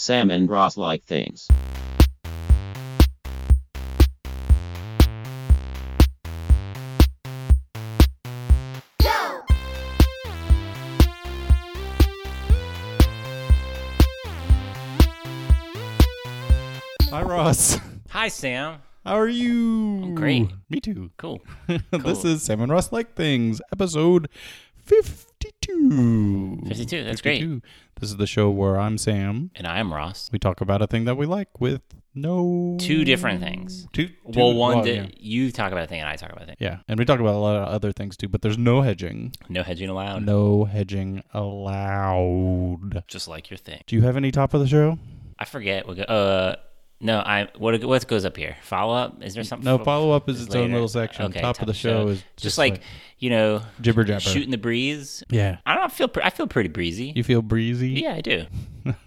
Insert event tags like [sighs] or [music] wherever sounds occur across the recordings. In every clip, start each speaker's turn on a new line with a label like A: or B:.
A: Salmon broth like things.
B: Hi, Ross. [laughs]
C: Hi, Sam.
B: How are you?
C: I'm great.
B: Me too. [laughs]
C: Cool.
B: this
C: Cool.
B: is Sam and Ross Like Things, episode 52.
C: 52, that's great.
B: This is the show where I'm Sam.
C: And I'm Ross.
B: We talk about a thing that we like with no.
C: Two different things.
B: Two, two-
C: Well, one that
B: yeah.
C: you talk about a thing and I talk about a thing.
B: Yeah, and we talk about a lot of other things too, but there's no hedging.
C: Oh, No hedging allowed.
B: No hedging allowed.
C: Just like your thing.
B: Do you have any top of the show?
C: I forget. We go, uh, no, I what what goes up here? Follow up? Is there something?
B: No,
C: fo-
B: follow up is its own
C: later?
B: little section. top, of the show, is
C: just, like, you know,
B: jibber jabber.
C: shooting the breeze.
B: Yeah.
C: I don't know, I feel pre- I feel pretty breezy.
B: You feel breezy?
C: yeah,
B: [laughs]
C: I do.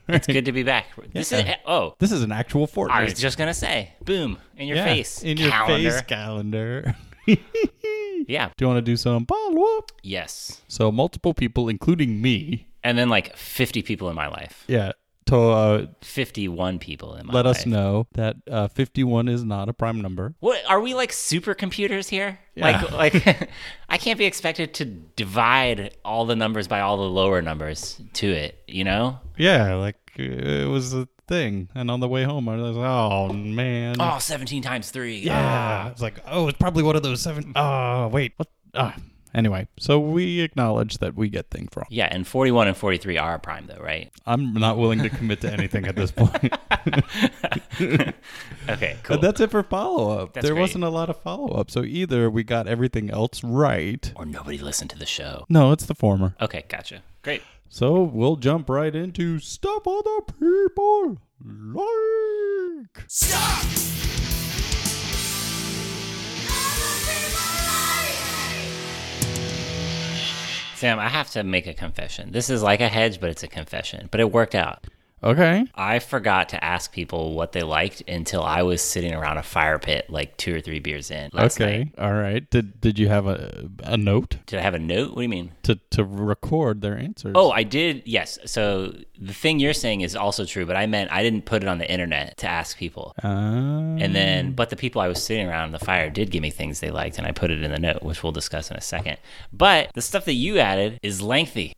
C: It's good to be back. This is oh,
B: This is an actual Fortnite.
C: I was just gonna say, boom in your
B: Yeah,
C: face,
B: In your
C: calendar.
B: face calendar. [laughs] do you
C: Yeah.
B: want to do some follow up?
C: Yes.
B: So multiple people, including me.
C: And then like 50 people in my life,
B: Yeah. To uh,
C: 51 people in my
B: let
C: life.
B: us know that uh, 51 is not a prime number.
C: What are we like supercomputers here?
B: Yeah. [laughs]
C: Like like [laughs] I can't be expected to divide all the numbers by all the lower numbers to it, you know?
B: Yeah, like uh, it was a thing. And on the way home, I was like, oh man.
C: Oh, 17 times 3.
B: Yeah. It's like, oh, it's probably one of those
C: Mm.
B: seven. Oh, wait. What? Ah. Anyway, so we acknowledge that we get things wrong.
C: Yeah, and 41 and 43 are prime
B: [sighs]
C: though, right?
B: I'm not willing to commit to anything at this point.
C: Okay, cool.
B: But that's it for follow up.
C: That's
B: There
C: great.
B: wasn't a lot of follow up. So either we got everything else right.
C: or nobody listened to the show.
B: No, it's the former.
C: Okay, gotcha. Great.
B: So we'll jump right into stuff other people like.
C: Sam, I have to make a confession. This is like a hedge, but it's a confession. But it worked out.
B: Okay.
C: I forgot to ask people what they liked until I was sitting around a fire pit like two or three beers in last
B: okay.
C: night.
B: All right. Did did you have a a note
C: Did I have a note? What do you mean?
B: to to record their answers?
C: Oh, I did. Yes. So the thing you're saying is also true, but I meant I didn't put it on the internet to ask people.
B: Ah.
C: And then, but the people I was sitting around the fire did give me things they liked, and I put it in the note, which we'll discuss in a second. But the stuff that you added is lengthy.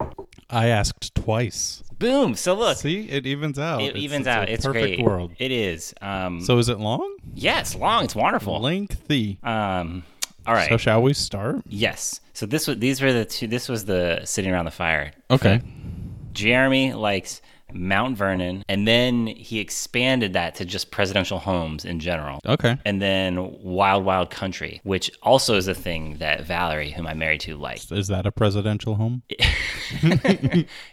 B: I asked twice.
C: Boom. So look,
B: See, it evens out.
C: it
B: It's-
C: evens
B: a
C: out. It's
B: perfect
C: great.
B: world.
C: It is. Um, so
B: So is it long?
C: yeah, it's long. It's wonderful.
B: Lengthy.
C: Um, all right.
B: So shall we start?
C: yes. So this was these were the two. This was the sitting around the fire
B: Okay.
C: Jeremy likes Mount Vernon, and then he expanded that to just presidential homes in general.
B: Okay.
C: And then Wild Wild Country, which also is a thing that Valerie, whom I'm married to, likes.
B: Is that a presidential home?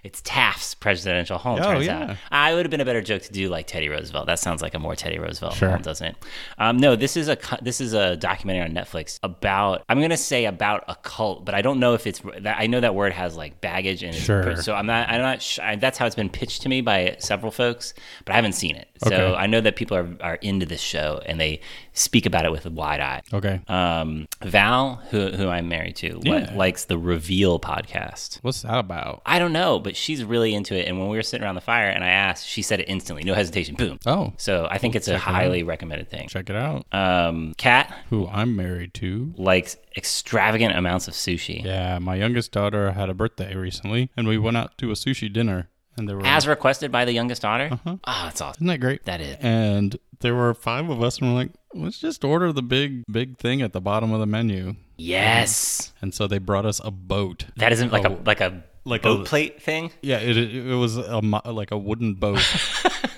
C: It's Taft's presidential home,
B: Oh,
C: turns
B: yeah.
C: out. I would have been a better joke to do like Teddy Roosevelt. That sounds like a more Teddy Roosevelt
B: Sure.
C: home, doesn't it? Um, no, this is a cu- this is a documentary on Netflix about I'm gonna say about a cult, but I don't know if it's that I know that word has like baggage and
B: Sure.
C: so I'm not I'm not sh- I, that's how it's been pitched to me by several folks, but I haven't seen it. So
B: Okay.
C: I know that people are are into this show and they speak about it with a wide eye.
B: Okay.
C: Um, Val, who who I'm married to, li-
B: Yeah.
C: likes the Reveal podcast.
B: What's that about?
C: I don't know, but she's really into it. And when we were sitting around the fire and I asked, she said it instantly, no hesitation, boom.
B: Oh,
C: So I think it's a highly recommended thing.
B: check it out.
C: Um, Kat
B: Who I'm married to.
C: likes extravagant amounts of sushi.
B: Yeah, my youngest daughter had a birthday recently, and we went out to a sushi dinner, and there were
C: As requested by the youngest daughter.
B: Uh-huh.
C: Oh, that's awesome.
B: isn't that great?
C: That is.
B: And there were five of us, and we're like, let's just order the big, big thing at the bottom of the menu.
C: Yes.
B: And so they brought us a boat.
C: That isn't like a like a
B: Oh, Like
C: boat
B: a-
C: plate thing.
B: Yeah, it, it was a, mo- like a wooden
C: [laughs]
B: boat,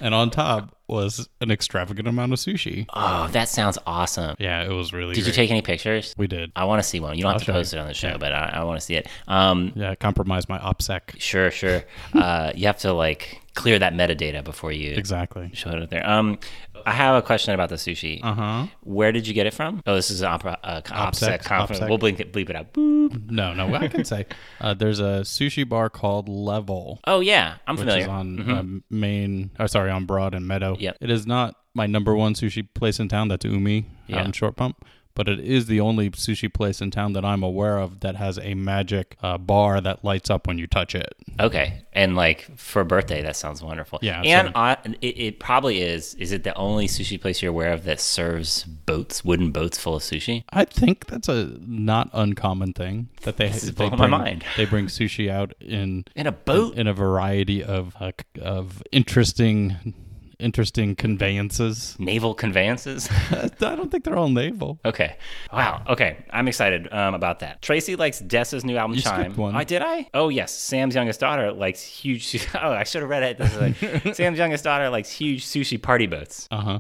B: and on top was an extravagant amount of sushi.
C: Oh, that sounds awesome.
B: Yeah, it was really.
C: Did you
B: great.
C: take any pictures?
B: We did.
C: I want to see one. You don't have
B: show
C: to post it on the show, but I, I want to see it. Um,
B: Yeah, I compromised my opsec.
C: sure,
B: [laughs]
C: sure. uh, you have to like clear that metadata before you
B: Exactly.
C: show it up there. Um, I have a question about the sushi. Uh huh. Where did you get it from? Oh, this is an opera, uh,
B: Uh-huh. OPSEC,
C: OPSEC, conference.
B: OPSEC.
C: We'll bleep it, bleep it out. Boop.
B: No, no, I can say uh, there's a sushi bar called Level,
C: Oh yeah, I'm
B: which is
C: familiar. Mm-hmm.
B: on um, Main. Oh, sorry, on Broad and Meadow.
C: Yep.
B: It is not my number one sushi place in town. That's Umi
C: Yeah.
B: out in Short Pump, but it is the only sushi place in town that I'm aware of that has a magic uh, bar that lights up when you touch it.
C: Okay, and like for a birthday, that sounds wonderful.
B: Yeah,
C: and
B: so-
C: I, it, it probably is. Is it the only sushi place you're aware of that serves boats, wooden boats full of sushi?
B: I think that's a not uncommon thing that they
C: is
B: they
C: blowing
B: bring,
C: my mind.
B: they bring sushi out in
C: In a boat?
B: in a variety of uh, c- of interesting interesting conveyances.
C: Naval conveyances. [laughs]
B: [laughs] I don't think they're all naval.
C: okay, wow. Okay, I'm excited um, about that. Tracy likes Dessa's new album.
B: You skipped
C: Chime.
B: one.
C: I did I? Oh yes, Sam's youngest daughter likes huge. su- [laughs] Oh, I should have read it. This
B: [laughs]
C: is like, Sam's youngest daughter likes huge sushi party boats.
B: Uh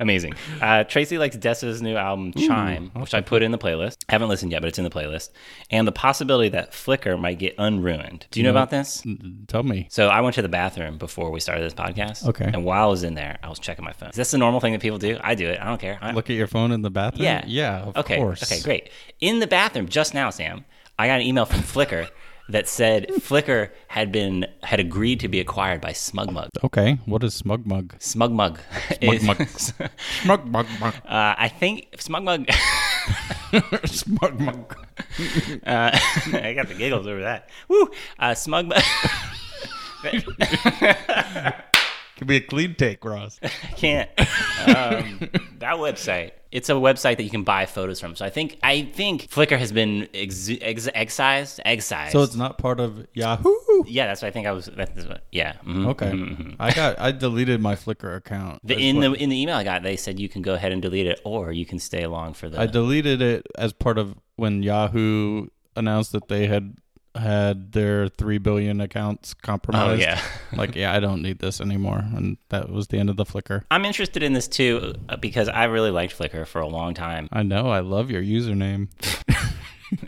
C: Amazing. Uh, Tracy likes Dessa's new album Chime, which I put in the playlist. I haven't listened yet, but it's in the playlist. And the possibility that Flickr might get unruined. Do you
B: Mm-hmm.
C: know about this?
B: huh. [laughs] Tell me.
C: So I went to the bathroom before we started this podcast.
B: Okay.
C: And while I was in there, I was checking my phone. Is this a normal thing that people do? I do it. I don't care. I,
B: Look at your phone in the bathroom.
C: yeah.
B: Yeah. Of
C: okay.
B: course.
C: Okay. Great. In the bathroom just now, Sam, I got an email from Flickr that said Flickr had been had agreed to be acquired by SmugMug.
B: Okay. What is smug mug?
C: SmugMug. [laughs]
B: Smug Mug.
C: is- [laughs]
B: Smug mug [laughs] mug.
C: Uh, I think SmugMug. [laughs]
B: smug mug.
C: Uh, I got the giggles over that. Woo! Uh, smug. [laughs] I
B: Could be a clean take, Ross.
C: can't. Um, that website. It's a website that you can buy photos from. So I think I think Flickr has been ex- ex- excised. Excised.
B: So it's not part of Yahoo.
C: yeah, that's what I think I was. That's what, yeah. mhm.
B: Okay. I got. I deleted my Flickr account.
C: The,
B: as
C: in
B: well.
C: the in the email I got, they said you can go ahead and delete it, or you can stay along for the.
B: I deleted it as part of when Yahoo announced that they had had their three billion accounts
C: oh
B: compromised.
C: yeah.
B: like, yeah, I don't need this anymore, and that was the end of the Flickr.
C: I'm interested in this too uh, because I really liked Flickr for a long time.
B: I know. I love your username.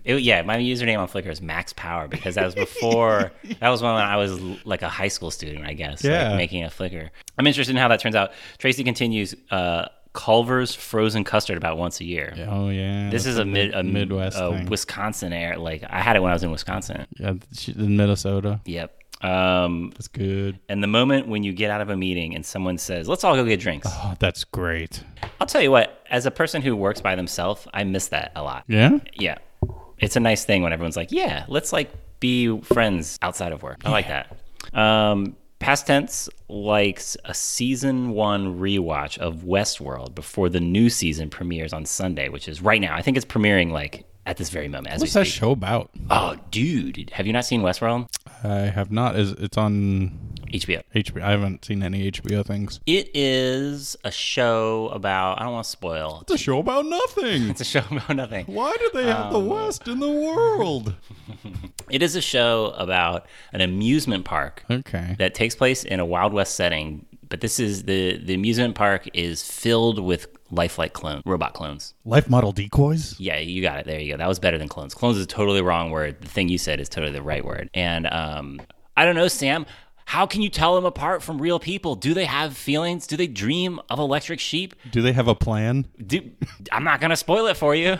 C: It, yeah, my username on Flickr is Max Power because that
B: [laughs]
C: was before. that was when I was l- like a high school student, I guess. like,
B: Yeah.
C: making a Flickr. I'm interested in how that turns out. Tracy continues uh, Culver's frozen custard about once a year.
B: Oh yeah.
C: This is a, mid, a
B: Midwest
C: a
B: thing.
C: Wisconsin air. Like I had it when I was in Wisconsin.
B: yeah, she- in Minnesota.
C: Yep. Um,
B: That's good.
C: and the moment when you get out of a meeting and someone says, "Let's all go get drinks,"
B: Oh, that's great.
C: I'll tell you what. As a person who works by themselves, I miss that a lot.
B: Yeah.
C: Yeah. It's a nice thing when everyone's like, yeah, let's like be friends outside of work. I like that. Um, Past Tense likes a season one rewatch of Westworld before the new season premieres on Sunday, which is right now. I think it's premiering like at this very moment as
B: What's
C: we
B: that
C: speak.
B: show about?
C: oh, dude. Have you not seen Westworld?
B: I have not. Is it's on
C: HBO.
B: HBO? I haven't seen any HBO things.
C: It is a show about, I don't want to spoil.
B: It's a show about [laughs] nothing.
C: It's a show [laughs] about nothing.
B: Why do they have the West in the world?
C: It is a show about an amusement park
B: Okay.
C: that takes place in a Wild West setting. But this is the the amusement park is filled with lifelike clone robot clones.
B: Life model decoys?
C: Yeah, you got it. There you go. That was better than clones. Clones is a totally wrong word. The thing you said is totally the right word. And um, I don't know, Sam. How can you tell them apart from real people? Do they have feelings? Do they dream of electric sheep?
B: Do they have a plan?
C: Do, I'm not gonna spoil it
B: [laughs]
C: for you.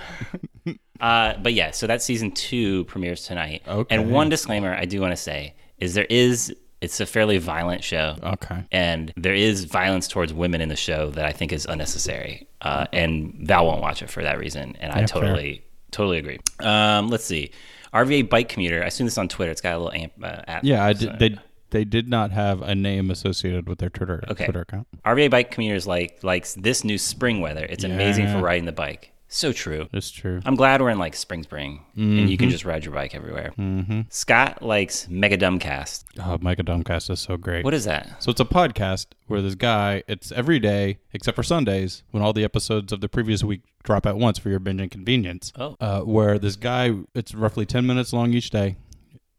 C: Uh, but yeah, so that season two premieres tonight.
B: Okay.
C: And one disclaimer I do want to say is there is it's a fairly violent show
B: Okay.
C: and there is violence towards women in the show that I think is unnecessary. Uh, and Val won't watch it for that reason, and I totally totally agree. Um, let's see, RVA Bike Commuter. I seen this on Twitter. It's got a little amp. Uh, app
B: Yeah, I did, they they did not have a name associated with their Twitter Twitter account.
C: RVA Bike Commuter is like likes this new spring weather. It's amazing for riding the bike. So true.
B: It's true.
C: I'm glad we're in like spring, spring, and you
B: Mm-hmm.
C: can just ride your bike everywhere. Mm-hmm. Scott likes Mega Dumbcast.
B: Oh, Micah Domcast is so great.
C: What is that?
B: So it's a podcast where this guy, it's every day except for Sundays when all the episodes of the previous week drop at once for your binge and convenience.
C: Oh.
B: Uh, where this guy, it's roughly 10 minutes long each day,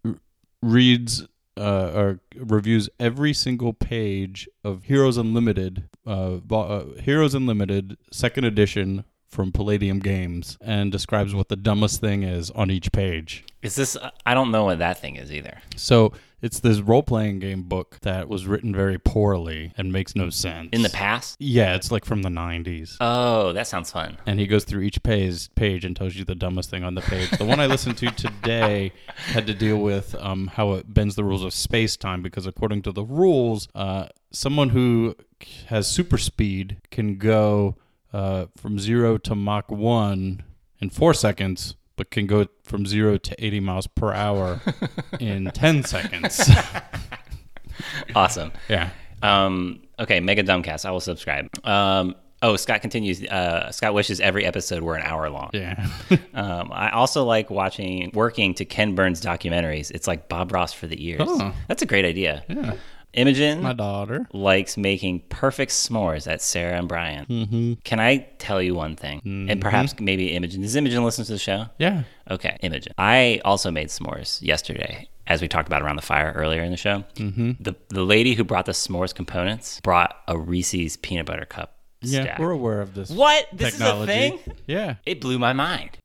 B: r- reads uh, or reviews every single page of Heroes Unlimited, uh, bo- uh, Heroes Unlimited, second edition from Palladium Games, and describes what the dumbest thing is on each page.
C: Is this? I don't know what that thing is either.
B: So it's this role playing game book that was written very poorly and makes no sense.
C: In the past?
B: yeah, it's like from the 90s.
C: Oh, that sounds
B: [laughs]
C: fun.
B: and he goes through each page, page and tells you the dumbest thing on the page. The one I listened to today had to deal with um, how it bends the rules of space time because, according to the rules, uh, someone who has super speed can go uh, from zero to Mach one in four seconds, but can go from zero to 80 miles per
C: [laughs]
B: hour in 10 seconds.
C: Awesome.
B: yeah.
C: Um, okay, Mega Dumbcast. I will subscribe. Um, oh, Scott continues. Uh, Scott wishes every episode were an hour long.
B: Yeah.
C: Um, I also like watching, working to Ken Burns documentaries. It's like Bob Ross for the ears.
B: Oh.
C: That's a great idea.
B: yeah. [laughs]
C: Imogen
B: My daughter.
C: likes making perfect s'mores at Sarah and Brian. Mm-hmm. Can I tell you one thing? And perhaps maybe Imogen. Does Imogen listen to the show?
B: Mm-hmm. Yeah.
C: Okay, Imogen. I also made s'mores yesterday, as we talked about around the fire earlier in the show. Mm-hmm. The the lady who brought the s'mores components brought a Reese's peanut butter cup
B: Yeah.
C: stack.
B: We're aware of this.
C: what? This
B: technology.
C: is a thing?
B: Yeah.
C: It blew
B: [laughs]
C: my mind.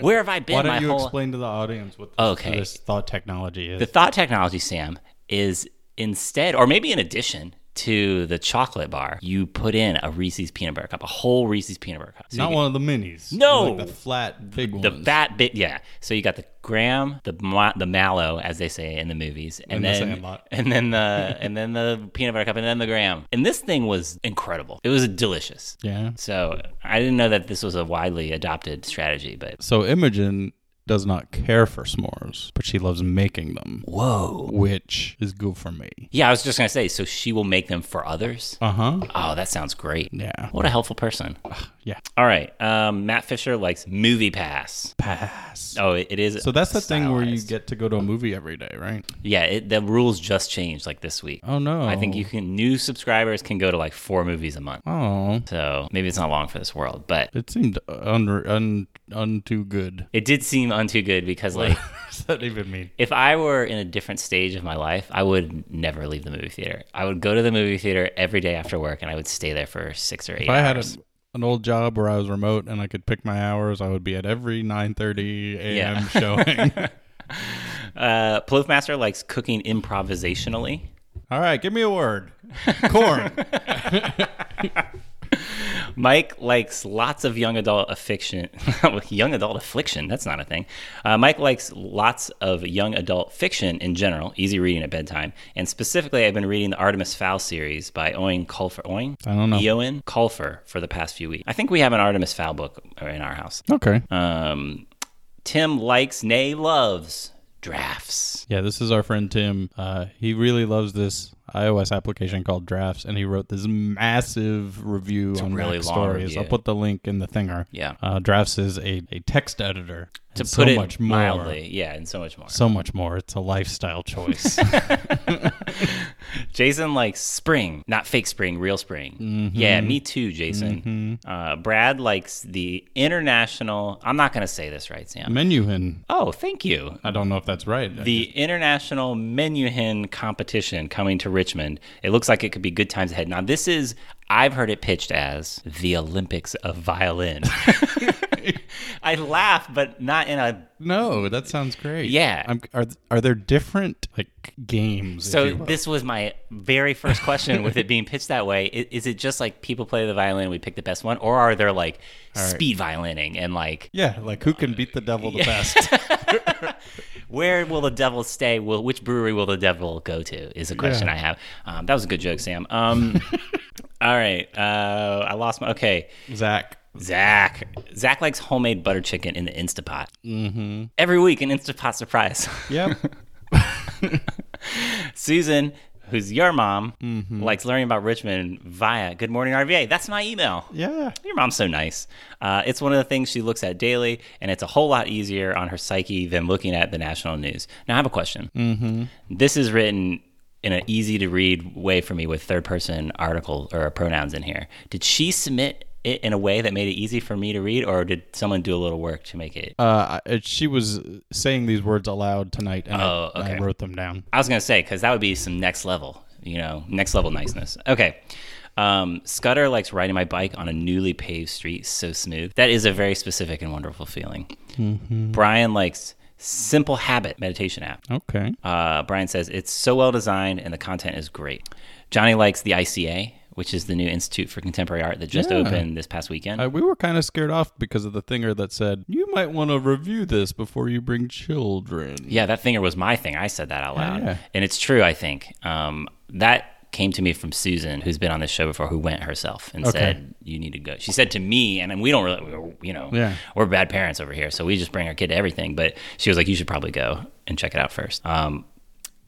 C: Where have I been
B: Why
C: my
B: don't you
C: whole
B: explain to the audience what this,
C: Okay.
B: this thought technology is?
C: The thought technology, Sam, is instead, or maybe in addition to the chocolate bar, you put in a Reese's peanut butter cup, a whole Reese's peanut butter cup. So
B: Not one of the minis.
C: No!
B: Like the flat, big
C: the
B: ones.
C: fat bit, yeah. So you got the graham, the ma- the mallow, as they say in the movies, and
B: the
C: then
B: Sandlot.
C: [laughs] and
B: [laughs]
C: then the and then the peanut butter cup, and then the graham. And this thing was incredible. It was delicious.
B: yeah.
C: So I didn't know that this was a widely adopted strategy, but
B: So Imogen does not care for s'mores, but she loves making them,
C: whoa,
B: which is good for me.
C: yeah. I was just gonna say, so she will make them for others.
B: Uh huh.
C: Oh, that sounds great.
B: Yeah.
C: What a helpful person.
B: Yeah.
C: All right. Um, Matt Fisher likes Movie Pass.
B: Pass.
C: Oh, it, it is.
B: So that's the thing where you
C: stylized.
B: get to go to a movie every day, right?
C: Yeah, it, the rules just changed like this week.
B: Oh no.
C: I think you can. New subscribers can go to like four movies a month.
B: Oh,
C: So maybe it's not long for this world, but
B: it seemed un un untoo good.
C: it did seem untoo good because like
B: What
C: [laughs]
B: does that even mean?
C: if I were in a different stage of my life, I would never leave the movie theater. I would go to the movie theater every day after work, and I would stay there for six or eight.
B: If I had a,
C: hours.
B: an old job where I was remote and I could pick my hours, I would be at every 9:30 a.m.
C: [laughs] Yeah.
B: showing.
C: uh, Plothmaster likes cooking improvisationally.
B: All right, give me a word.
C: [laughs]
B: Corn.
C: Mike likes lots of young adult affliction. [laughs] young adult affliction, that's not a thing. Uh, Mike likes lots of young adult fiction in general, easy reading at bedtime. And specifically, I've been reading the Artemis Fowl series by Owen Colfer. Owen?
B: I don't know.
C: Eoin Colfer for the past few weeks. I think we have an Artemis Fowl book in our house.
B: Okay.
C: Um, Tim likes, nay, loves drafts.
B: Yeah, this is our friend Tim. Uh, he really loves this iOS application called Drafts, and he wrote this massive review on
C: really
B: Mac
C: long
B: Stories.
C: review.
B: I'll put the link in the thinger.
C: Yeah.
B: Uh, Drafts is a, a text editor.
C: To
B: and
C: put
B: so
C: it
B: much more,
C: mildly. Yeah, and so much more.
B: So much more. It's a lifestyle choice.
C: [laughs] Jason likes spring, not fake spring, real spring. Yeah, me too, Jason. Uh, Brad likes the international. I'm not going to say this right, Sam.
B: Menuhin.
C: Oh, thank you.
B: I don't know if that's right.
C: The international menuhin competition coming to Richmond. It looks like it could be good times ahead. Now, this is I've heard it pitched as the Olympics of violin. [laughs] I laugh, but not in a
B: no, that sounds great.
C: Yeah.
B: I'm, are are there different like games? if
C: So
B: you will?
C: this was my very first question with it being pitched that way. I- Is it just like people play the violin, we pick the best one, or are there like speed violining and like
B: yeah, like who can beat the devil the best?
C: where will the devil stay? Will which brewery will the devil go to? Is a question I have. Um, that was a good joke, Sam.
B: [laughs]
C: Um, all right, uh, I lost my okay.
B: Zach.
C: [laughs] Zach, Zach likes homemade butter chicken in the Instapot. Mm-hmm. Every week, an Instapot surprise.
B: [laughs] Yep.
C: Susan, who's your mom,
B: Mm-hmm.
C: likes learning about Richmond via Good Morning RVA. That's my email.
B: yeah.
C: Your mom's so nice. Uh, it's one of the things she looks at daily, and it's a whole lot easier on her psyche than looking at the national news. Now, I have a question. Mm-hmm. This is written in an easy to read way for me with third person article or pronouns in here. Did she submit it in a way that made it easy for me to read, or did someone do a little work to make it?
B: Uh, I- she was saying these words aloud tonight, and I-
C: Oh,
B: I,
C: okay.
B: wrote them down.
C: I was gonna say because that would be some next level, you know, next level niceness. Okay. Um, Scudder likes riding my bike on a newly paved street so smooth. That is a very specific and wonderful feeling. Brian likes Simple Habit meditation app.
B: Okay.
C: Uh, Brian says it's so well designed and the content is great. Johnny likes the ICA, which is the new Institute for Contemporary Art that just
B: Yeah.
C: opened this past weekend.
B: Uh, we were kind of scared off because of the thinger that said you might want to review this before you bring children.
C: Yeah, that finger was my thing. I said that out loud,
B: Oh, yeah.
C: and it's true. I think um, that came to me from Susan, who's been on this show before, who went herself and
B: Okay.
C: said, "You need to go." She said to me, and we don't really, we're, you know,
B: Yeah.
C: we're bad parents over here, so we just bring our kid to everything. But she was like, "You should probably go and check it out first. Um,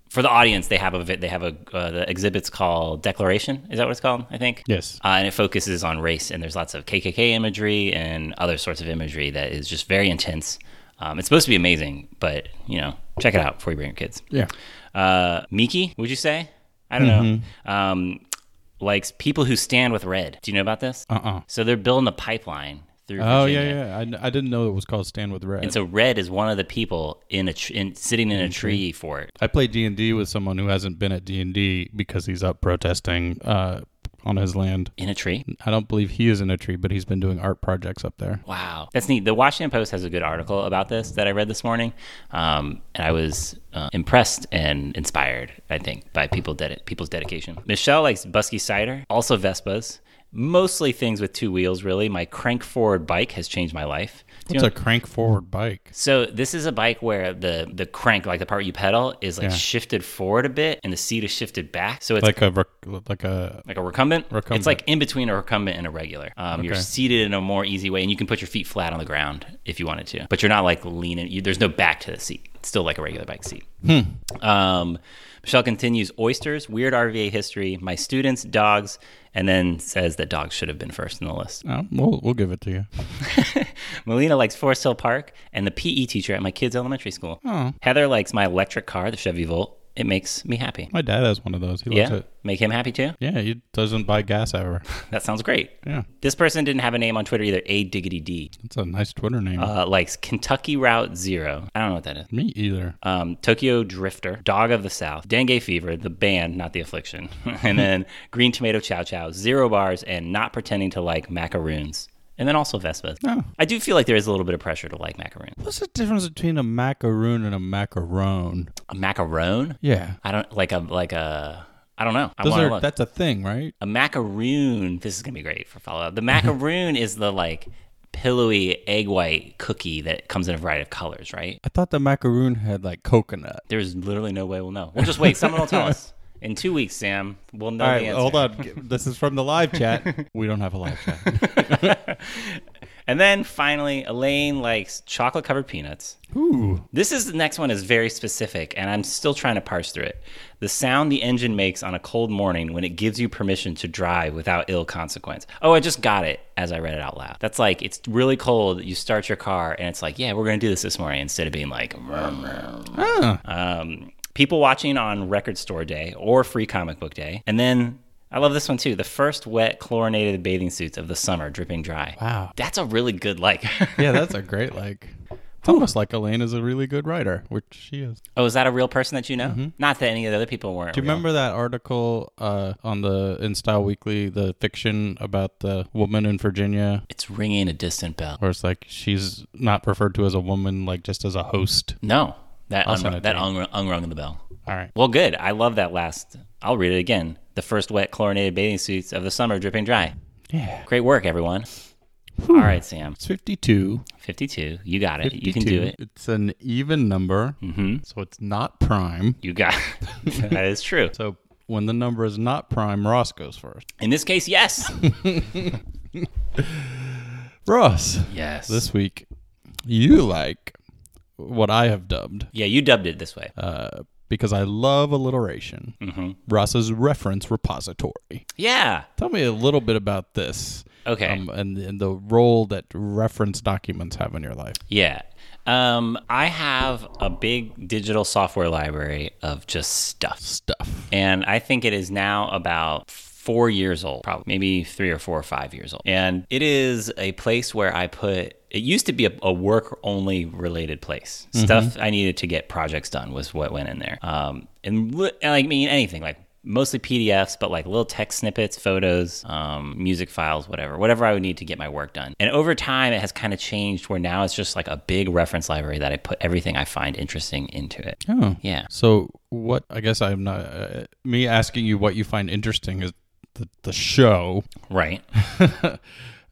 C: for the audience, they have a vi- they have a uh, the exhibit's called Declaration. Is that what it's called? I think.
B: Yes.
C: Uh, and it focuses on race, and there's lots of KKK imagery and other sorts of imagery that is just very intense. Um, it's supposed to be amazing, but you know, check it out before you bring your kids.
B: Yeah.
C: Uh, Miki, would you say? I don't know. Um, likes people who stand with red. Do you know about this?
B: Uh uh
C: So they're building a pipeline through.
B: Oh
C: Virginia.
B: yeah, yeah. I, kn- I didn't know it was called Stand with Red.
C: And so Red is one of the people in a tr- in, sitting in a tree for it.
B: I played D and D with someone who hasn't been at D and D because he's up protesting uh, on his land.
C: In a tree.
B: I don't believe he is in a tree, but he's been doing art projects up there.
C: Wow, that's neat. The Washington Post has a good article about this that I read this morning, um, and I was uh, impressed and inspired. I think by people ded- people's dedication. Michelle likes busky cider, also Vespas, mostly things with two wheels. Really, my crank forward bike has changed my life. Do you
B: It's
C: know-
B: a crank forward bike.
C: so this is a bike where the the crank, like the part you pedal, is like shifted forward a bit, and the seat is shifted back. So it's
B: Like a rec- like a
C: like a recumbent.
B: Recumbent.
C: It's like in between a recumbent and a regular. Um, You're seated in a more easy way, and you can put your feet flat on the ground if you wanted to. But you're not like leaning. You, there's no back to the seat. It's still like a regular bike seat.
B: Hmm.
C: Um, Michelle continues oysters, weird RVA history, my students, dogs, and then says that dogs should have been first in the list.
B: oh, we'll we'll give it to you.
C: Melina likes Forest Hill Park and the PE teacher at my kids' elementary school.
B: Oh.
C: Heather likes my electric car, the Chevy Volt. It makes me happy.
B: My dad has one of those. He loves
C: Yeah,
B: it.
C: make him happy too.
B: Yeah, he doesn't buy gas ever. [laughs]
C: That sounds great.
B: Yeah,
C: This person didn't have a name on Twitter either. A diggity D
B: that's a nice Twitter name.
C: uh, likes Kentucky Route Zero. I don't know what that is.
B: Me either.
C: Um, Tokyo Drifter, Dog of the South, Dengue Fever, the band, not the affliction, [laughs]
B: [laughs]
C: and then Green Tomato Chow Chow, Zero Bars, and not pretending to like macaroons, and then also Vespas.
B: Oh.
C: I do feel like there is a little bit of pressure to like macaroon.
B: What's the difference between a macaroon and a macaron?
C: A macaroon?
B: Yeah,
C: I don't like a like a. I don't know. I
B: those
C: want
B: are
C: to look.
B: that's a thing, right?
C: a macaroon. This is gonna be great for follow up. The macaroon is the like pillowy egg white cookie that comes in a variety of colors, right?
B: I thought the macaroon had like coconut.
C: There's literally no way we'll know. We'll just wait. Someone will tell us in two weeks, Sam. We'll know
B: All
C: the
B: right,
C: answer.
B: hold on. G- This is from the live [laughs] chat. we don't have a live chat.
C: And then finally, Elaine likes chocolate covered peanuts.
B: Ooh,
C: This is the next one is very specific, and I'm still trying to parse through it. The sound the engine makes on a cold morning when it gives you permission to drive without ill consequence. Oh, I just got it as I read it out loud. That's like it's really cold. You start your car, and it's like, yeah, we're gonna do this this morning instead of being like. "Vroom, vroom." Um, people watching on Record Store Day or Free Comic Book Day, and then. I love this one too. The first wet chlorinated bathing suits of the summer, dripping dry.
B: Wow.
C: that's a really good like. [laughs]
B: yeah, that's a great like. It's almost like Elaine is a really good writer, which she is.
C: Oh, is that a real person that you know? Not that any of the other people weren't.
B: Mm-hmm. Do you
C: real.
B: remember that article uh, on the In Style Weekly, the fiction about the woman in Virginia,
C: It's ringing a distant bell.
B: where it's like she's not referred to as a woman, like just as a host.
C: No, that
B: I'll send
C: unru-
B: it
C: that
B: to
C: unru- unrung the bell.
B: All right.
C: Well, good. I love that last. I'll read it again. The first wet chlorinated bathing suits of the summer, dripping dry.
B: Yeah.
C: Great work, everyone. All right, Sam.
B: It's 52.
C: 52. You got it. You can
B: 52.
C: do it.
B: It's an even number, mm-hmm. so it's not prime.
C: You got
B: [laughs]
C: That is true.
B: So when the number is not prime, Ross goes first.
C: In this case, yes.
B: Ross,
C: Yes.
B: this week, you like what I have dubbed
C: yeah, you dubbed it this way.
B: uh, because I love alliteration. Mm-hmm. Ross's reference repository.
C: yeah.
B: Tell me a little bit about this.
C: Okay.
B: Um, and, and the role that reference documents have in your life.
C: Yeah. Um, I have a big digital software library of just stuff.
B: Stuff.
C: and I think it is now about four years old, probably maybe three or four or five years old. And it is a place where I put. It used to be a, a work only related place. Stuff I needed to get projects done was what went in there. Um, and li- and, like I mean anything like. Mostly PDFs, but like little text snippets, photos, um, music files, whatever, whatever I would need to get my work done. And over time, it has kind of changed where now it's just like a big reference library that I put everything I find interesting into it.
B: Oh.
C: Yeah.
B: So what? I guess I'm not. Uh, me asking you what you find interesting is the, the show.
C: Right.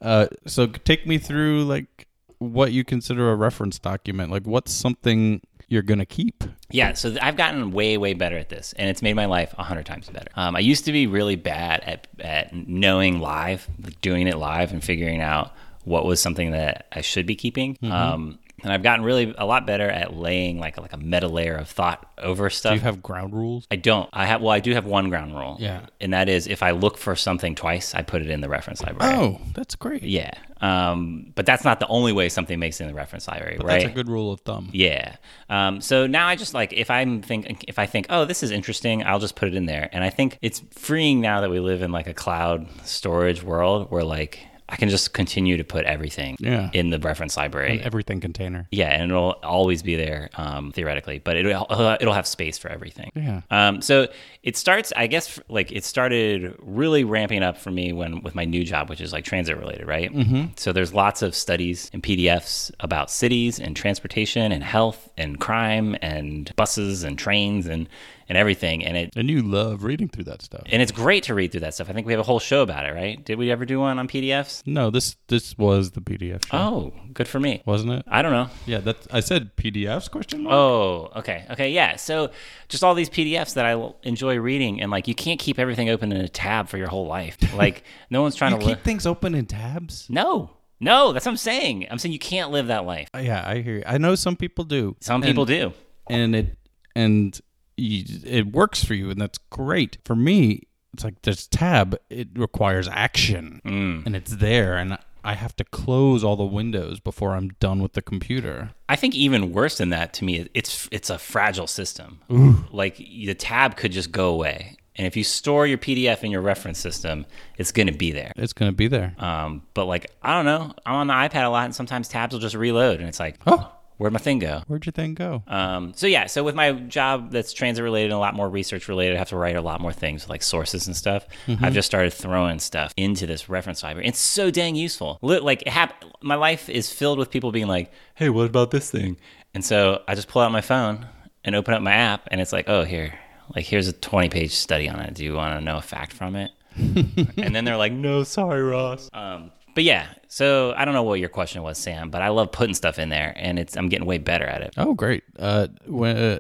B: Uh, so take me through like what you consider a reference document. Like what's something you're gonna keep.
C: Yeah, so th- I've gotten way, way better at this, and it's made my life a hundred times better. Um, I used to be really bad at at knowing live, like doing it live, and figuring out what was something that I should be keeping.
B: Mm-hmm.
C: Um, and I've gotten really a lot better at laying like like a meta layer of thought over stuff.
B: Do you have ground rules?
C: I don't. I have. Well, I do have one ground rule.
B: Yeah.
C: and that is if I look for something twice, I put it in the reference library.
B: Oh, that's great.
C: yeah. Um, but that's not the only way something makes it in the reference library, right?
B: That's a good rule of thumb.
C: Yeah. Um, so now I just like if I'm think if I think oh this is interesting I'll just put it in there and I think it's freeing now that we live in like a cloud storage world where like I can just continue to put everything
B: Yeah.
C: in the reference library.
B: An everything container.
C: yeah, and it'll always be there um, theoretically, but it'll uh, it'll have space for everything.
B: Yeah.
C: Um, so it starts, I guess, f- like it started really ramping up for me when with my new job, which is like transit related, right? Mm-hmm. So there's lots of studies and PDFs about cities and transportation and health and crime and buses and trains and and everything, and it.
B: And you love reading through that stuff.
C: And it's great to read through that stuff. I think we have a whole show about it, right? Did we ever do one on PDFs?
B: no, this this was the PDF, show,
C: Oh, good for me.
B: wasn't it?
C: I don't know.
B: Yeah, that I said PDFs question mark.
C: Oh, okay. Okay, yeah. So just all these PDFs that I l- enjoy reading and like you can't keep everything open in a tab for your whole
B: [laughs]
C: life. Like no one's trying
B: you
C: to li-
B: keep things open in tabs.
C: No. No, that's what I'm saying. I'm saying you can't live that life.
B: Mm, Yeah, I hear. You. I know some people do.
C: Some people do.
B: and it and you, it works for you and that's great for me it's like this tab it requires action
C: Mm.
B: and it's there and i have to close all the windows before i'm done with the computer
C: I think even worse than that to me it's it's a fragile system. Like the tab could just go away. And if you store your PDF in your reference system, it's going to be there.
B: it's going to be there
C: Um, but like I don't know, I'm on the iPad a lot and sometimes tabs will just reload and it's like,
B: oh
C: where'd my thing go?"
B: where'd your thing go
C: Um, so yeah, so with my job that's transit related and a lot more research related, I have to write a lot more things like sources and stuff. I've just started throwing stuff into this reference library. It's so dang useful. Li- Like it hap- my life is filled with people being like, "Hey, what about this thing?" And so I just pull out my phone and open up my app, and it's like, "Oh, here, like here's a 20 page study on it. Do you want to know a fact from it?" and then they're like, "No, sorry, Ross." Um, but yeah, so I don't know what your question was, Sam, but I love putting stuff in there, and it's I'm getting way better at it.
B: oh great uh when uh,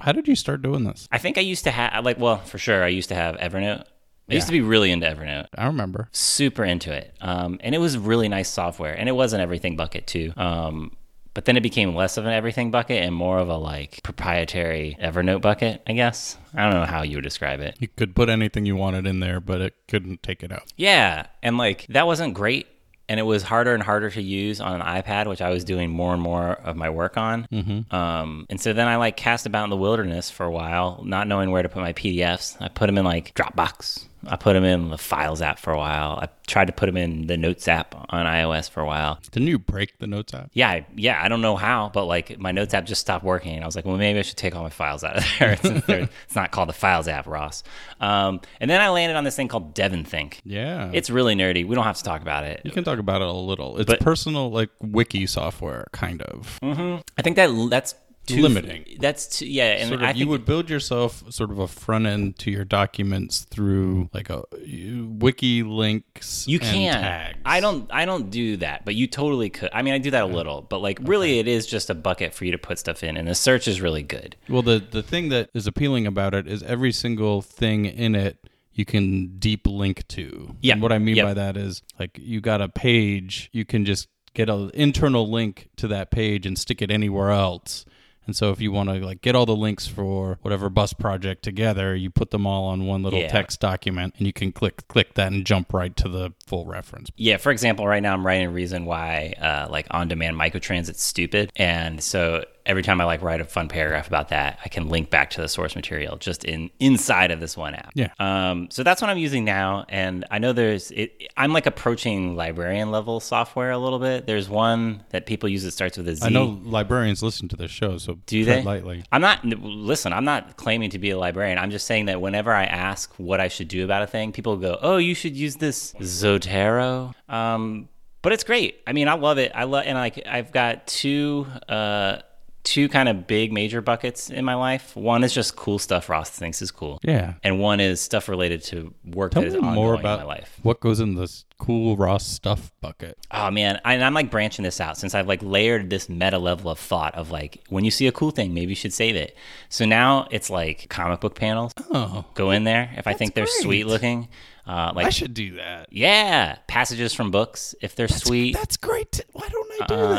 B: how did you start doing this
C: I think I used to have like well for sure I used to have Evernote. I used to be really into Evernote,
B: i remember
C: super into it, um, and it was really nice software, and it was an everything bucket too. Um, but then it became less of an everything bucket and more of a like proprietary Evernote bucket, I guess. I don't know how you would describe it.
B: you could put anything you wanted in there but it couldn't take it out
C: Yeah, and like that wasn't great, and it was harder and harder to use on an iPad, which I was doing more and more of my work on. Mm-hmm. Um, and so then I like cast about in the wilderness for a while, not knowing where to put my PDFs. I put them in like Dropbox. I put them in the Files app for a while. I tried to put them in the Notes app on iOS for a while.
B: didn't you break the notes app
C: Yeah, I- yeah, I don't know how, but like my Notes app just stopped working, and I was like, well, maybe I should take all my files out of there. [laughs] since they're- it's not called the Files app, Ross. Um, and then I landed on this thing called DevonThink.
B: yeah
C: It's really nerdy. We don't have to talk about
B: you
C: it.
B: can talk about it a little it's
C: But- Mm.
B: personal like wiki software kind of
C: I think that that's too
B: Limiting.
C: That's too, yeah, and
B: sort of,
C: I think
B: you would build yourself sort of a front end to your documents through like a you- wiki links.
C: you
B: and
C: can.
B: tags.
C: I don't. I don't do that, but you totally could. I mean, I do that a little, but like really, it is just a bucket for you to put stuff in, and the search is really good.
B: Well, the the thing that is appealing about it is every single thing in it you can deep link to.
C: Yeah,
B: And what I mean
C: yeah.
B: by that is like you got a page, you can just get an internal link to that page and stick it anywhere else. And so if you want to like get all the links for whatever bus project together, you put them all on one little
C: Yeah.
B: text document and you can click click that and jump right to the full reference.
C: Yeah, for example, right now I'm writing a reason why uh, like on-demand microtransit's stupid, and so every time I like write a fun paragraph about that, I can link back to the source material just in inside of this one app.
B: Yeah.
C: Um, so that's what I'm using now, and I know there's it. I'm like approaching librarian level software a little bit. There's one that people use that starts with a Z.
B: I know librarians listen to this show, so
C: Do
B: tread
C: they?
B: lightly.
C: I'm not. n- Listen, I'm not claiming to be a librarian. I'm just saying that whenever I ask what I should do about a thing, people go, "Oh, you should use this Zotero." Um, but it's great. I mean, I love it. I love, and like I've got two. Uh, two kind of big major buckets in my life. One is just cool stuff Ross thinks is cool.
B: Yeah.
C: And one is stuff related to work
B: Tell
C: that is
B: me
C: ongoing
B: more
C: in
B: about
C: my life.
B: what goes in this cool raw stuff bucket.
C: Oh man, I, and I'm like branching this out since I've like layered this meta level of thought of like when you see a cool thing, maybe you should save it. So now it's like comic book panels.
B: Oh,
C: Go in there if I think they're
B: great.
C: sweet looking. Uh, like
B: I should do that.
C: yeah, passages from books if they're sweet.
B: That's great. t- Why don't I do
C: Uh-uh.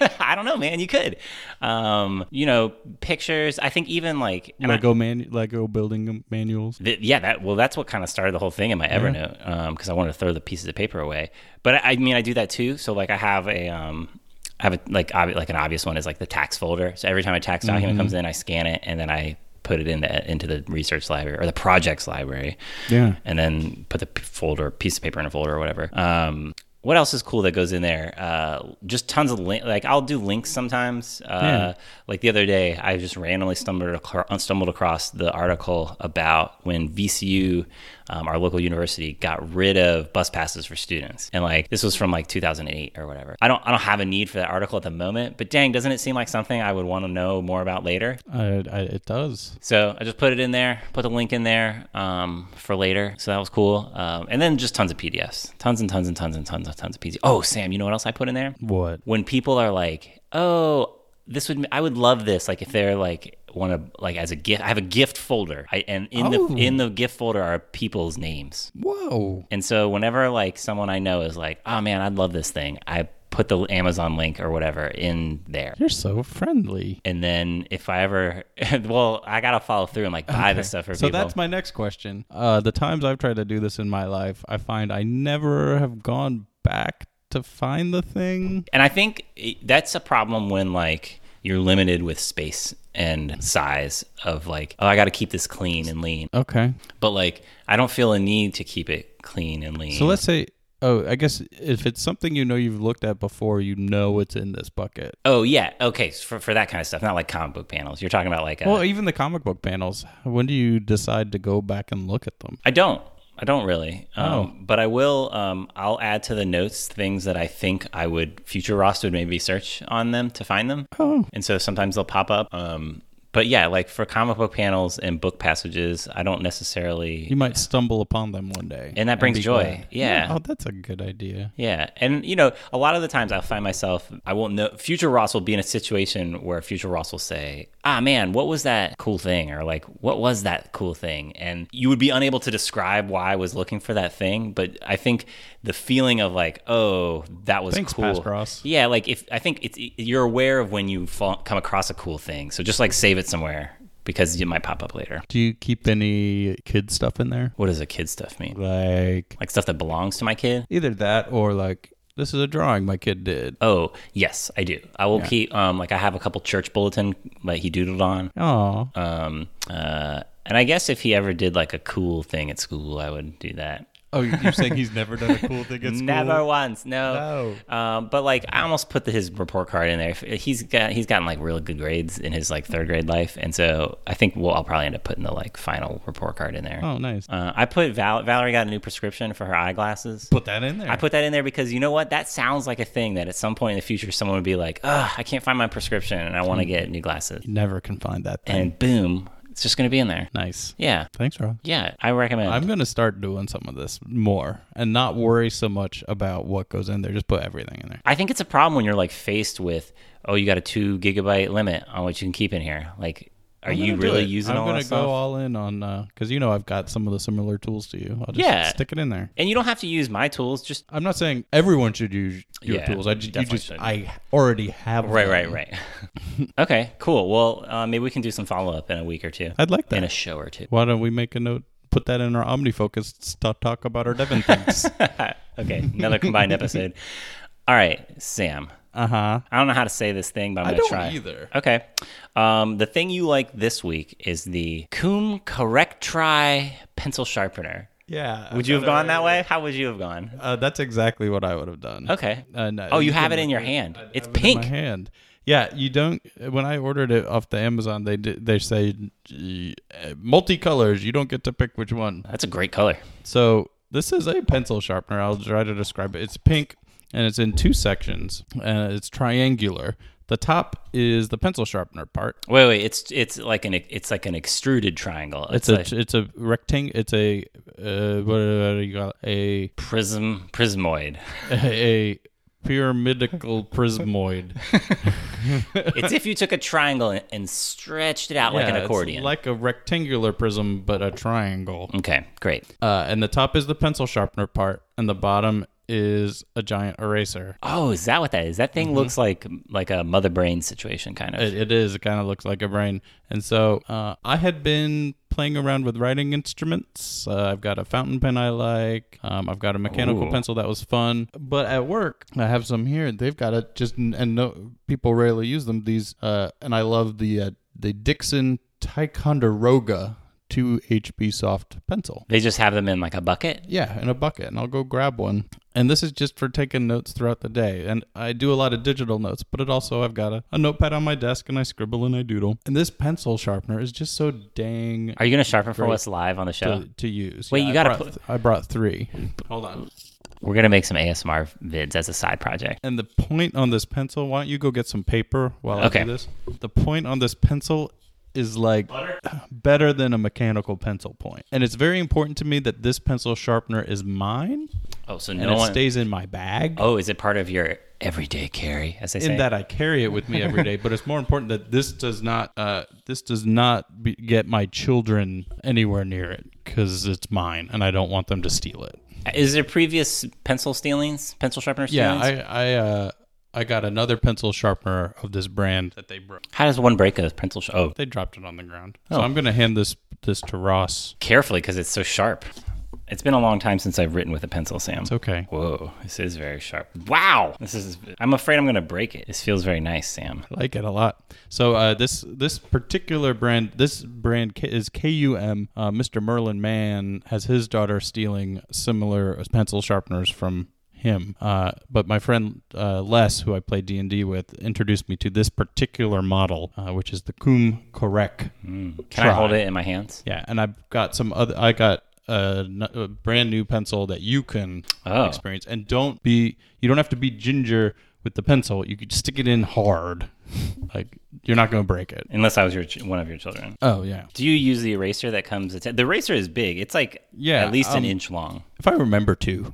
B: that?
C: I don't know, man. You could, um, you know, pictures. I think even like [laughs] and I-
B: Lego man, Lego building manuals.
C: Th- yeah, that well, that's what kind of started the whole thing in my Evernote because I wanted to throw the pieces of paper away. But I, I mean, I do that too. So like, I have a um, I have a, like obvi- like an obvious one is like the tax folder. So every time a tax document comes in, I scan it and then I put it in the, into the research library or the projects library.
B: Yeah.
C: and then put the p- folder piece of paper in a folder or whatever. Um, what else is cool that goes in there? Uh, just tons of link. Like I'll do links sometimes. Uh, Like the other day, I just randomly stumbled across, stumbled across the article about when VCU, um, our local university, got rid of bus passes for students, and like this was from like 2008 or whatever. I don't I don't have a need for that article at the moment, but dang, doesn't it seem like something I would want to know more about later?
B: I, I, it does.
C: So I just put it in there, put the link in there um, for later. So that was cool. Um, and then just tons of PDFs, tons and tons and tons and tons and tons of PDFs. Oh, Sam, you know what else I put in there?
B: What?
C: When people are like, "Oh, this would I would love this," like if they're like want to like as a gift, I have a gift folder, I, and in
B: Oh.
C: the in the gift folder are people's names.
B: Whoa.
C: And so whenever like someone I know is like, "Oh man, I love this thing," I put the Amazon link or whatever in there.
B: You're so friendly.
C: And then if I ever, [laughs] well, I gotta follow through and like buy the stuff for
B: So
C: people.
B: that's my next question. Uh, the times I've tried to do this in my life, I find I never have gone back to find the thing.
C: and I think it- that's a problem when like you're limited with space and size of like, oh, I gotta keep this clean and lean.
B: Okay.
C: But like, I don't feel a need to keep it clean and lean.
B: So let's say, oh, I guess if it's something you know you've looked at before, you know it's in this bucket.
C: oh yeah, okay, so for for that kind of stuff, not like comic book panels. You're talking about like, a,
B: Well, even the comic book panels. When do you decide to go back and look at them?
C: I don't. I don't really. Um,
B: Oh.
C: But I will, um, I'll add to the notes things that I think I would, future Ross would maybe search on them to find them.
B: Oh,
C: and so sometimes they'll pop up. Um, but yeah, like for comic book panels and book passages, I don't necessarily.
B: you might stumble upon them one day,
C: And that brings
B: be
C: joy.
B: glad.
C: Yeah.
B: Oh, that's a good idea.
C: Yeah, and you know, a lot of the times I find myself, I won't know. Future Ross will be in a situation where Future Ross will say, "Ah, man, what was that cool thing?" or like, "What was that cool thing?" And you would be unable to describe why I was looking for that thing. But I think the feeling of like, "Oh, that was
B: Thanks,
C: cool."
B: Past Ross.
C: Yeah, like if I think it's you're aware of when you fall, come across a cool thing, so just like save it somewhere because it might pop up later.
B: Do you keep any kid stuff in there?
C: What does a kid stuff mean?
B: Like
C: Like stuff that belongs to my kid?
B: either that or like this is a drawing my kid did.
C: Oh yes, I do. I will keep um like I have a couple church bulletin that he doodled on.
B: Oh,
C: Um uh and I guess if he ever did like a cool thing at school, I would do that.
B: oh, you're saying he's never done a
C: [laughs]
B: cool thing at school?
C: Never once, no. Um, but like I almost put the, his report card in there. If- He's got he's gotten like real good grades in his like third grade life, and so I think we'll I'll probably end up putting the like final report card in there.
B: Oh, nice.
C: Uh, I put Val- Valerie got a new prescription for her eyeglasses.
B: Put that in there.
C: I put that in there because you know what? That sounds like a thing that at some point in the future someone would be like, "Ugh, I can't find my prescription and I want to
B: Mm.
C: get new glasses."
B: never can find that thing.
C: And boom, it's just going to be in there.
B: nice.
C: Yeah.
B: Thanks, Rob.
C: Yeah, I recommend.
B: I'm gonna start doing some of this more and not
C: Mm.
B: worry so much about what goes in there. Just put everything in there.
C: I think it's a problem when you're like faced with, "Oh, you got a 2 gigabyte limit on what you can keep in here." Like are
B: I'm
C: you
B: gonna do
C: really
B: it.
C: using
B: I'm
C: all
B: gonna
C: that
B: go
C: stuff?
B: all in on because you know I've got some of the similar tools to you. I'll just
C: Yeah.
B: stick it in there.
C: and you don't have to use my tools, just
B: I'm not saying everyone should use your
C: Yeah,
B: tools. I ju- you
C: definitely
B: just
C: should.
B: I already have
C: Right,
B: them.
C: right, right. [laughs] okay, cool. Well, uh, maybe we can do some follow-up in a week or two.
B: I'd like
C: in a
B: that.
C: show or two.
B: Why don't we make a note? Put that in our OmniFocus. Stop talk about our Devin
C: [laughs]
B: things.
C: okay, another combined episode. All right, Sam.
B: uh huh.
C: I don't know how to say this thing, but I'm
B: I
C: gonna
B: don't
C: try.
B: either.
C: Okay. Um, the thing you like this week is the Coom Correct Try pencil sharpener.
B: Yeah.
C: Would you have gone that way? How would you have gone?
B: Uh, that's exactly what I would have done.
C: Okay.
B: Uh, no,
C: Oh, you
B: you
C: have it
B: can
C: in your
B: look
C: hand. It's
B: have it in
C: pink.
B: my hand. Yeah, you don't. When I ordered it off the Amazon, they did, they say "Gee, uh, multicolors. You don't get to pick which one.
C: That's a great color.
B: So this is a pencil sharpener. I'll try to describe it. It's pink and it's in two sections and it's triangular. The top is the pencil sharpener part.
C: Wait, wait. It's it's like an it's like an extruded triangle.
B: It's,
C: It's,
B: a
C: like
B: it's a rectangle. It's a uh, what do you call it? a [laughs]
C: prism prismoid.
B: a pyramidical prismoid.
C: it's if you took a triangle and, and stretched it out like
B: [laughs] Yeah,
C: an
B: it's
C: accordion.
B: like a rectangular prism, but a triangle.
C: okay, great.
B: Uh, and the top is the pencil sharpener part, and the bottom is a giant eraser.
C: Oh, is that what that is? That thing looks like like a mother brain situation kind of.
B: Mm-hmm. It, it is. It kind of looks like a brain. And so uh, I had been playing around with writing instruments. Uh, I've got a fountain pen I like. Um, I've got a mechanical
C: Ooh.
B: pencil that was fun. But at work, I have some here. They've got it just and no people rarely use them. These uh, and I love the uh, the Dixon Ticonderoga 2 HB soft pencil.
C: they just have them in like a bucket.
B: Yeah, in a bucket, and I'll go grab one. And this is just for taking notes throughout the day. And I do a lot of digital notes, but it also I've got a, a notepad on my desk and I scribble and I doodle. And this pencil sharpener is just so dang
C: Are you gonna sharpen for us live on the show?
B: to, to use.
C: uh, Wait, you gotta
B: I brought,
C: put-
B: I brought three. Hold on.
C: We're gonna make some ASMR vids as a side project.
B: And the point on this pencil, why don't you go get some paper while I
C: Okay.
B: do this? The point on this pencil is like better than a mechanical pencil point. And it's very important to me that this pencil sharpener is mine
C: Oh, so
B: and
C: no
B: it
C: one.
B: stays in my bag.
C: oh, is it part of your everyday carry? As they say.
B: in that I carry it with me every day. But it's more important that this does not uh, this does not be, get my children anywhere near it because it's mine and I don't want them to steal it.
C: Is there previous pencil stealings, pencil sharpener
B: Yeah,
C: stealings?
B: I I uh, I got another pencil sharpener of this brand that they broke.
C: How does one break a pencil? Sh- oh,
B: They dropped it on the ground. So I'm gonna hand this this to Ross.
C: carefully because it's so sharp. It's been a long time since I've written with a pencil, Sam.
B: It's okay.
C: Whoa, this is very sharp. Wow, this is. I'm afraid I'm gonna break it. This feels very nice, Sam.
B: I like it a lot. So uh, this this particular brand, this brand K- is KUM. Uh, Mr. Merlin Mann has his daughter stealing similar pencil sharpeners from him. Uh, but my friend uh, Les, who I play D and D with, introduced me to this particular model, uh, which is the Kum Correct.
C: Can I hold it in my hands?
B: Yeah, and I've got some other. I got. A, n- a brand new pencil that you can
C: Oh.
B: experience, and don't be you don't have to be ginger with the pencil. You could stick it in hard, like you're not going to break it.
C: Unless I was your ch- one of your children.
B: Oh yeah.
C: Do you use the eraser that comes? atta- the eraser is big. It's like
B: Yeah,
C: at least
B: um,
C: an inch long.
B: If I remember to,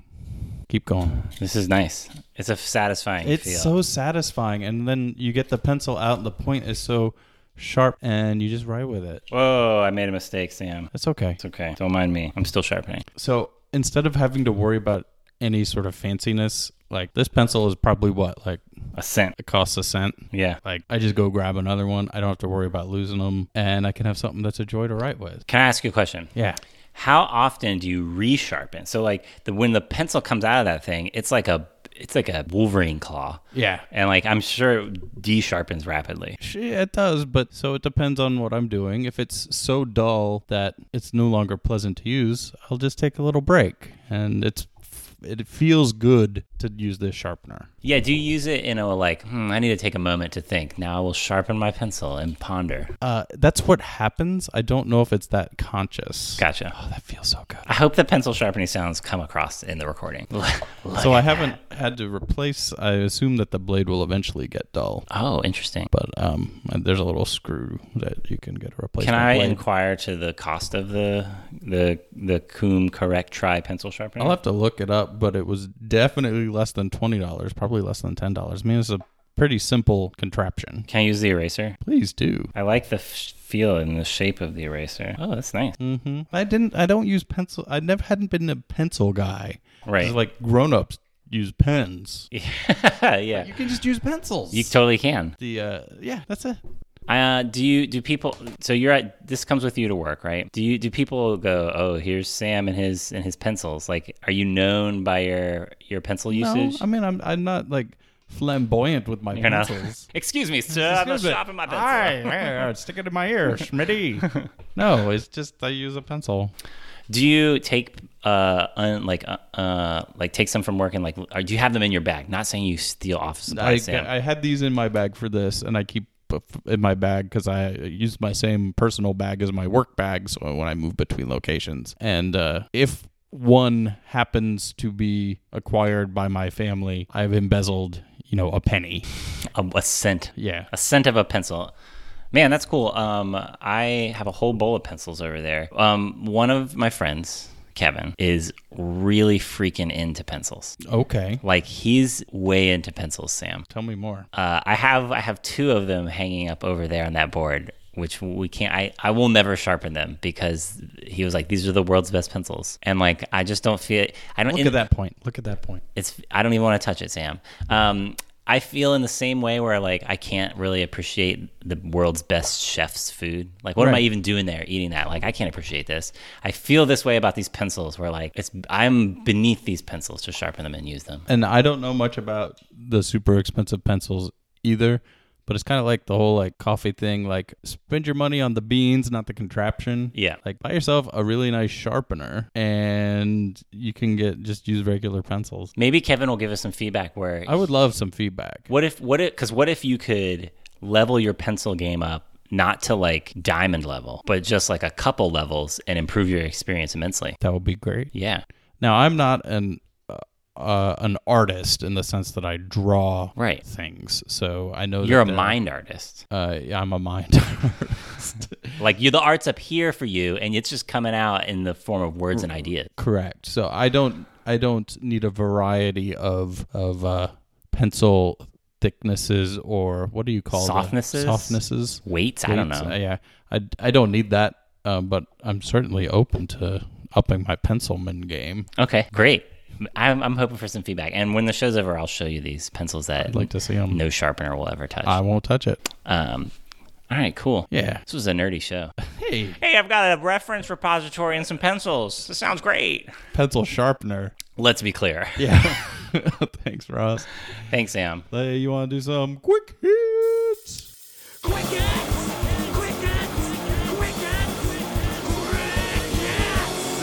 B: keep going.
C: This is nice. It's a satisfying
B: It's
C: feel.
B: so satisfying, and then you get the pencil out, and the point is so sharp, and you just write with it.
C: Whoa, I made a mistake, Sam.
B: That's okay.
C: It's okay. Don't mind me. I'm still sharpening.
B: So instead of having to worry about any sort of fanciness, like this pencil is probably what like
C: A cent.
B: it costs a cent.
C: Yeah.
B: Like I just go grab another one. I don't have to worry about losing them, and I can have something that's a joy to write with.
C: Can I ask you a question?
B: Yeah.
C: How often do you resharpen? So like the when the pencil comes out of that thing, it's like a it's like a Wolverine claw.
B: Yeah.
C: And like I'm sure it de-sharpens rapidly.
B: Sh- It does, but so it depends on what I'm doing. If it's so dull that it's no longer pleasant to use, I'll just take a little break. And it's it feels good to use this sharpener.
C: Yeah, do you use it in a like, hmm, I need to take a moment to think. Now I will sharpen my pencil and ponder.
B: Uh, that's what happens. I don't know if it's that conscious.
C: Gotcha.
B: Oh, that feels so good.
C: I hope the pencil sharpening sounds come across in the recording.
B: So I haven't had to replace. I assume that the blade will eventually get dull,
C: [laughs] oh, interesting.
B: but um, there's a little screw that you can get a replacement.
C: Can I
B: blade.
C: inquire to the cost of the the the Coom Correct Try pencil sharpener?
B: I'll have to look it up, but it was definitely less than twenty dollars, probably less than ten dollars. I mean, it's a pretty simple contraption.
C: Can I use the eraser?
B: Please do.
C: I like the f- feel and the shape of the eraser. Oh, that's nice.
B: hmm I didn't. I don't use pencil. I never hadn't been a pencil guy.
C: Right.
B: It's like grown ups use pens.
C: [laughs] yeah.
B: You can just use pencils.
C: You totally can.
B: the uh, yeah, that's it.
C: Uh, do you do people? So you're at this comes with you to work, right? Do you do people go? Oh, here's Sam and his and his pencils. Like, are you known by your your pencil usage?
B: No, I mean, I'm I'm not like flamboyant with my
C: You're not-
B: pencils.
C: [laughs] Excuse me, sir. I'm not
B: Excuse me.
C: shopping my pencil.
B: Aye, aye, aye, stick it in my
C: [laughs]
B: ear, Schmitty. no, it's just I use a pencil.
C: Do you take uh un, like uh, uh like take some from work and like or do you have them in your bag? Not saying you steal office
B: I,
C: supplies, Sam.
B: I had these in my bag for this, and I keep a f- in my bag because I use my same personal bag as my work bag. So when I move between locations, and uh, if one happens to be acquired by my family, I've embezzled you know, a penny.
C: A, a cent.
B: Yeah.
C: A cent of a pencil. Man, that's cool. Um, I have a whole bowl of pencils over there. Um, one of my friends, Kevin, is really freaking into pencils.
B: Okay.
C: Like he's way into pencils, Sam.
B: Tell me more.
C: Uh, I have I have two of them hanging up over there on that board, which we can't. I I will never sharpen them because he was like, these are the world's best pencils, and like I just don't feel. I don't.
B: Look
C: in-
B: at that point. Look at that point.
C: it's I don't even want to touch it, Sam. Um, I feel in the same way where like I can't really appreciate the world's best chef's food. Like, what am I
B: Right.
C: even doing there eating that? Like, I can't appreciate this. I feel this way about these pencils, where like it's I'm beneath these pencils to sharpen them and use them.
B: And I don't know much about the super expensive pencils either, but it's kind of like the whole like coffee thing. Like spend your money on the beans, not the contraption.
C: Yeah.
B: Like buy yourself a really nice sharpener, and you can get just use regular pencils.
C: Maybe Kevin will give us some feedback. Where
B: I would love some feedback.
C: what if what if because what if you could level your pencil game up? Not to like diamond level, but just like a couple levels and improve your experience immensely.
B: That would be great.
C: Yeah.
B: Now I'm not an uh, an artist in the sense that I draw
C: Right.
B: things, so I know
C: You're a
B: that there-
C: mind artist.
B: Uh, yeah, I'm a mind [laughs] artist.
C: Like you, the art's up here for you, and it's just coming out in the form of words and
B: Mm-hmm.
C: ideas.
B: Correct. So I don't I don't need a variety of of uh, pencil thicknesses or what do you call them?
C: Softnesses?
B: Softnesses.
C: Weights, I don't
B: Weights.
C: know.
B: Uh, yeah, I, I don't need that, um, but I'm certainly open to upping my pencilman game.
C: Okay, great. I'm, I'm hoping for some feedback, and when the show's over, I'll show you these pencils that
B: I'd like to see them. Ah.
C: no sharpener will ever touch.
B: I won't touch it.
C: um, all right, cool.
B: Yeah.
C: This was a nerdy show.
B: Hey,
C: Hey, I've got a reference repository and some pencils. This sounds great.
B: pencil sharpener.
C: Let's be clear.
B: Yeah. [laughs] Thanks, Ross.
C: Thanks, Sam.
B: Hey, you want to do some quick hits?
D: Crickets! Crickets! Crickets! Crickets!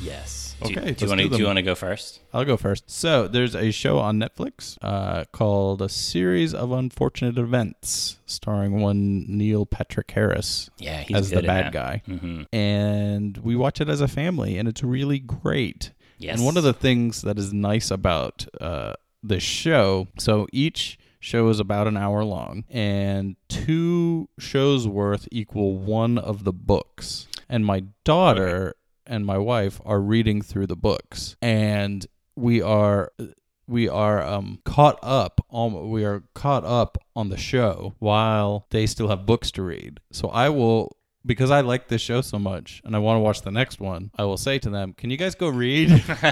C: Yes.
B: Okay,
C: Do,
B: let's
C: do you want
B: do
C: to do you
B: them.
C: want to go first?
B: I'll go first. So there's a show on Netflix uh, called A Series of Unfortunate Events, starring one Neil Patrick Harris
C: Yeah, he's
B: as the
C: good in
B: bad
C: that. Mm-hmm.
B: guy. And we watch it as a family, and it's really great.
C: Yes.
B: And one of the things that is nice about uh, this show, so each show is about an hour long, and two shows worth equal one of the books. And my daughter and my wife are reading through the books, and we are we are um, caught up on we are caught up on the show while they still have books to read. So I will because I like this show so much and I want to watch the next one. I will say to them, "Can you guys go read?" [laughs]
C: [laughs]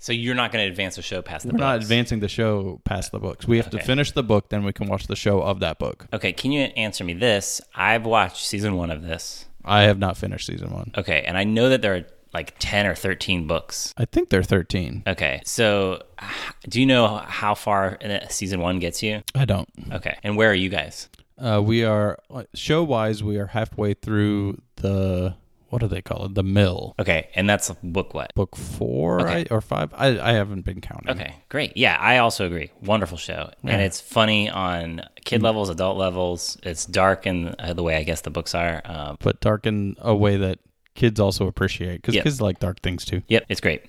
C: So you're not going to advance the show past the
B: We're not
C: books.
B: advancing the show past the books. We have to finish the book, then we can watch the show of that book.
C: okay, can you answer me this? I've watched season one of this.
B: I have not finished season one.
C: Okay, and I know that there are like 10 or 13 books.
B: I think they're thirteen.
C: Okay, so h- do you know how far in it- season one gets you?
B: I don't.
C: Okay, and where are you guys?
B: Uh, we are show wise. We are halfway through the what do they call it? The mill.
C: Okay, and that's book what?
B: Book four I, or five. I, I haven't been counting.
C: Okay, great. Yeah, I also agree. Wonderful show. And it's funny on kid levels, adult levels. It's dark in uh, the way I guess the books are. Um,
B: but dark in a way that kids also appreciate because
C: Yep.
B: kids like dark things too.
C: yep, it's great.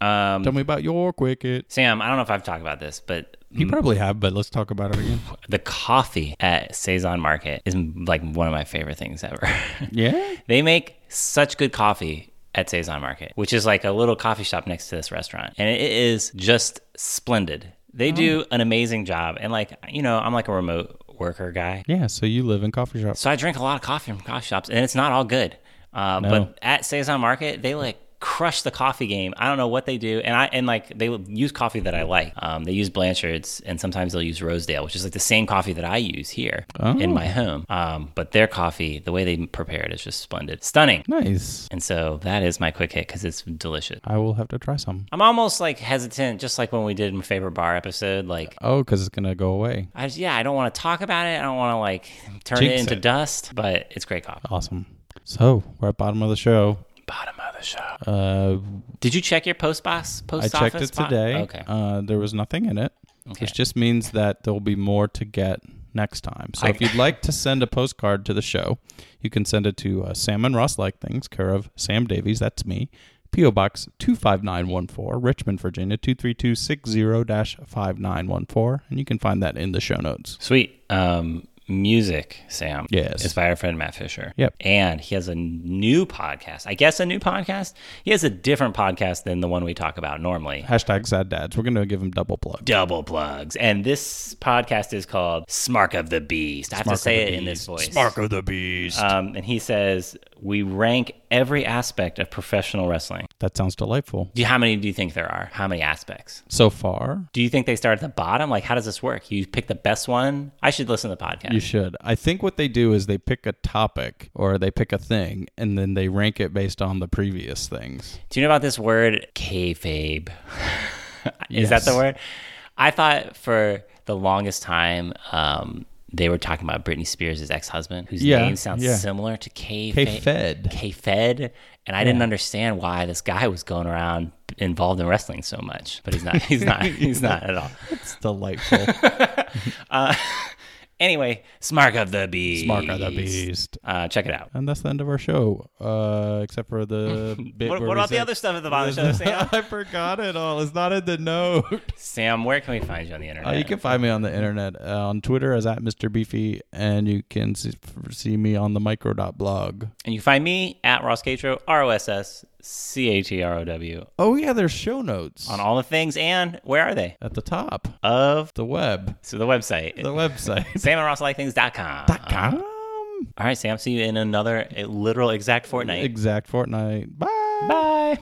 C: Um,
B: Tell me about your quicket.
C: Sam, I don't know if I've talked about this, but
B: You probably have, but let's talk about it again.
C: the coffee at Saison Market is like one of my favorite things ever. [laughs]
B: Yeah.
C: They make such good coffee at Saison Market, which is like a little coffee shop next to this restaurant. And it is just splendid. They do an amazing job. And like, you know, I'm like a remote worker guy.
B: Yeah. So you live in coffee shops.
C: So I drink a lot of coffee from coffee shops and it's not all good. Uh, But at Saison Market, they like crush the coffee game. I don't know what they do. And I, and like they use coffee that I like. Um, they use Blanchard's and sometimes they'll use Rosedale, which is like the same coffee that I use here in
B: Oh.
C: my home. Um, but their coffee, the way they prepare it is just splendid, stunning.
B: Nice.
C: And so that is my quick hit because it's delicious.
B: I will have to try some.
C: I'm almost like hesitant, just like when we did my favorite bar episode. Like,
B: Oh, because it's gonna go away.
C: I just, yeah, I don't want to talk about it. I don't want to like turn it
B: Jinx
C: into
B: it.
C: dust, but it's great coffee.
B: Awesome. So we're at bottom of the show.
C: Bottom of the show.
B: Uh,
C: Did you check your post box? Post
B: I checked
C: office
B: it
C: box?
B: today.
C: Okay.
B: Uh, there was nothing in it, which just means that there will be more to get next time. So
C: I-
B: if you'd like to send a postcard to the show, you can send it to uh, Sam and Ross Like Things, care of Sam Davies. That's me. P.O. Box 25914, Richmond, Virginia 23260 5914. And you can find that in the show notes.
C: Sweet. Um, music, Sam.
B: Yes.
C: Is by our friend Matt Fisher.
B: Yep.
C: And he has a new podcast. I guess a new podcast. He has a different podcast than the one we talk about normally.
B: Hashtag sad dads. We're going to give them double plug.
C: Double plugs. And this podcast is called Smark of the Beast. I have to say it in this voice.
B: of the Beast.
C: Um, and he says, We rank every aspect of professional wrestling.
B: that sounds delightful.
C: Do you, how many do you think there are? How many aspects?
B: So far,
C: Do you think they start at the bottom? Like, how does this work? You pick the best one? I should listen to the podcast.
B: you should. I think what they do is they pick a topic or they pick a thing and then they rank it based on the previous things.
C: Do you know about this word kayfabe? [laughs] Is that
B: Yes.
C: the word? I thought for the longest time um, they were talking about Britney Spears' ex-husband, whose
B: Yeah,
C: name sounds
B: yeah.
C: similar to kayfabe.
B: K-Fed.
C: K-Fed. And I didn't understand why this guy was going around involved in wrestling so much, but he's not. [laughs] He's not. he's not at all.
B: It's delightful.
C: Anyway, Smark of the Beast.
B: Mark of the Beast.
C: Uh, check it out.
B: And that's the end of our show, uh, except for the bit.
C: [laughs] What,
B: where
C: what
B: we
C: about the
B: said-
C: other stuff at the bottom
B: [laughs]
C: of the show, Sam?
B: I forgot it all. It's not in the note.
C: [laughs] Sam, where can we find you on the internet?
B: Uh, you can find me on the internet uh, on Twitter as at Mr. Beefy, and you can see, see me on the microdot blog.
C: And you can find me at Ross Catro, R O S S C A T R O W,
B: Oh yeah, there's show notes
C: on all the things. And where are they?
B: at the top.
C: Of
B: The web,
C: so the [laughs] website,
B: the website.
C: samandrosslikeThings.com.
B: Com.
C: All right, Sam, see you in another uh, literal eh, exact fortnight.
B: Exact Fortnite. Bye.
C: Bye.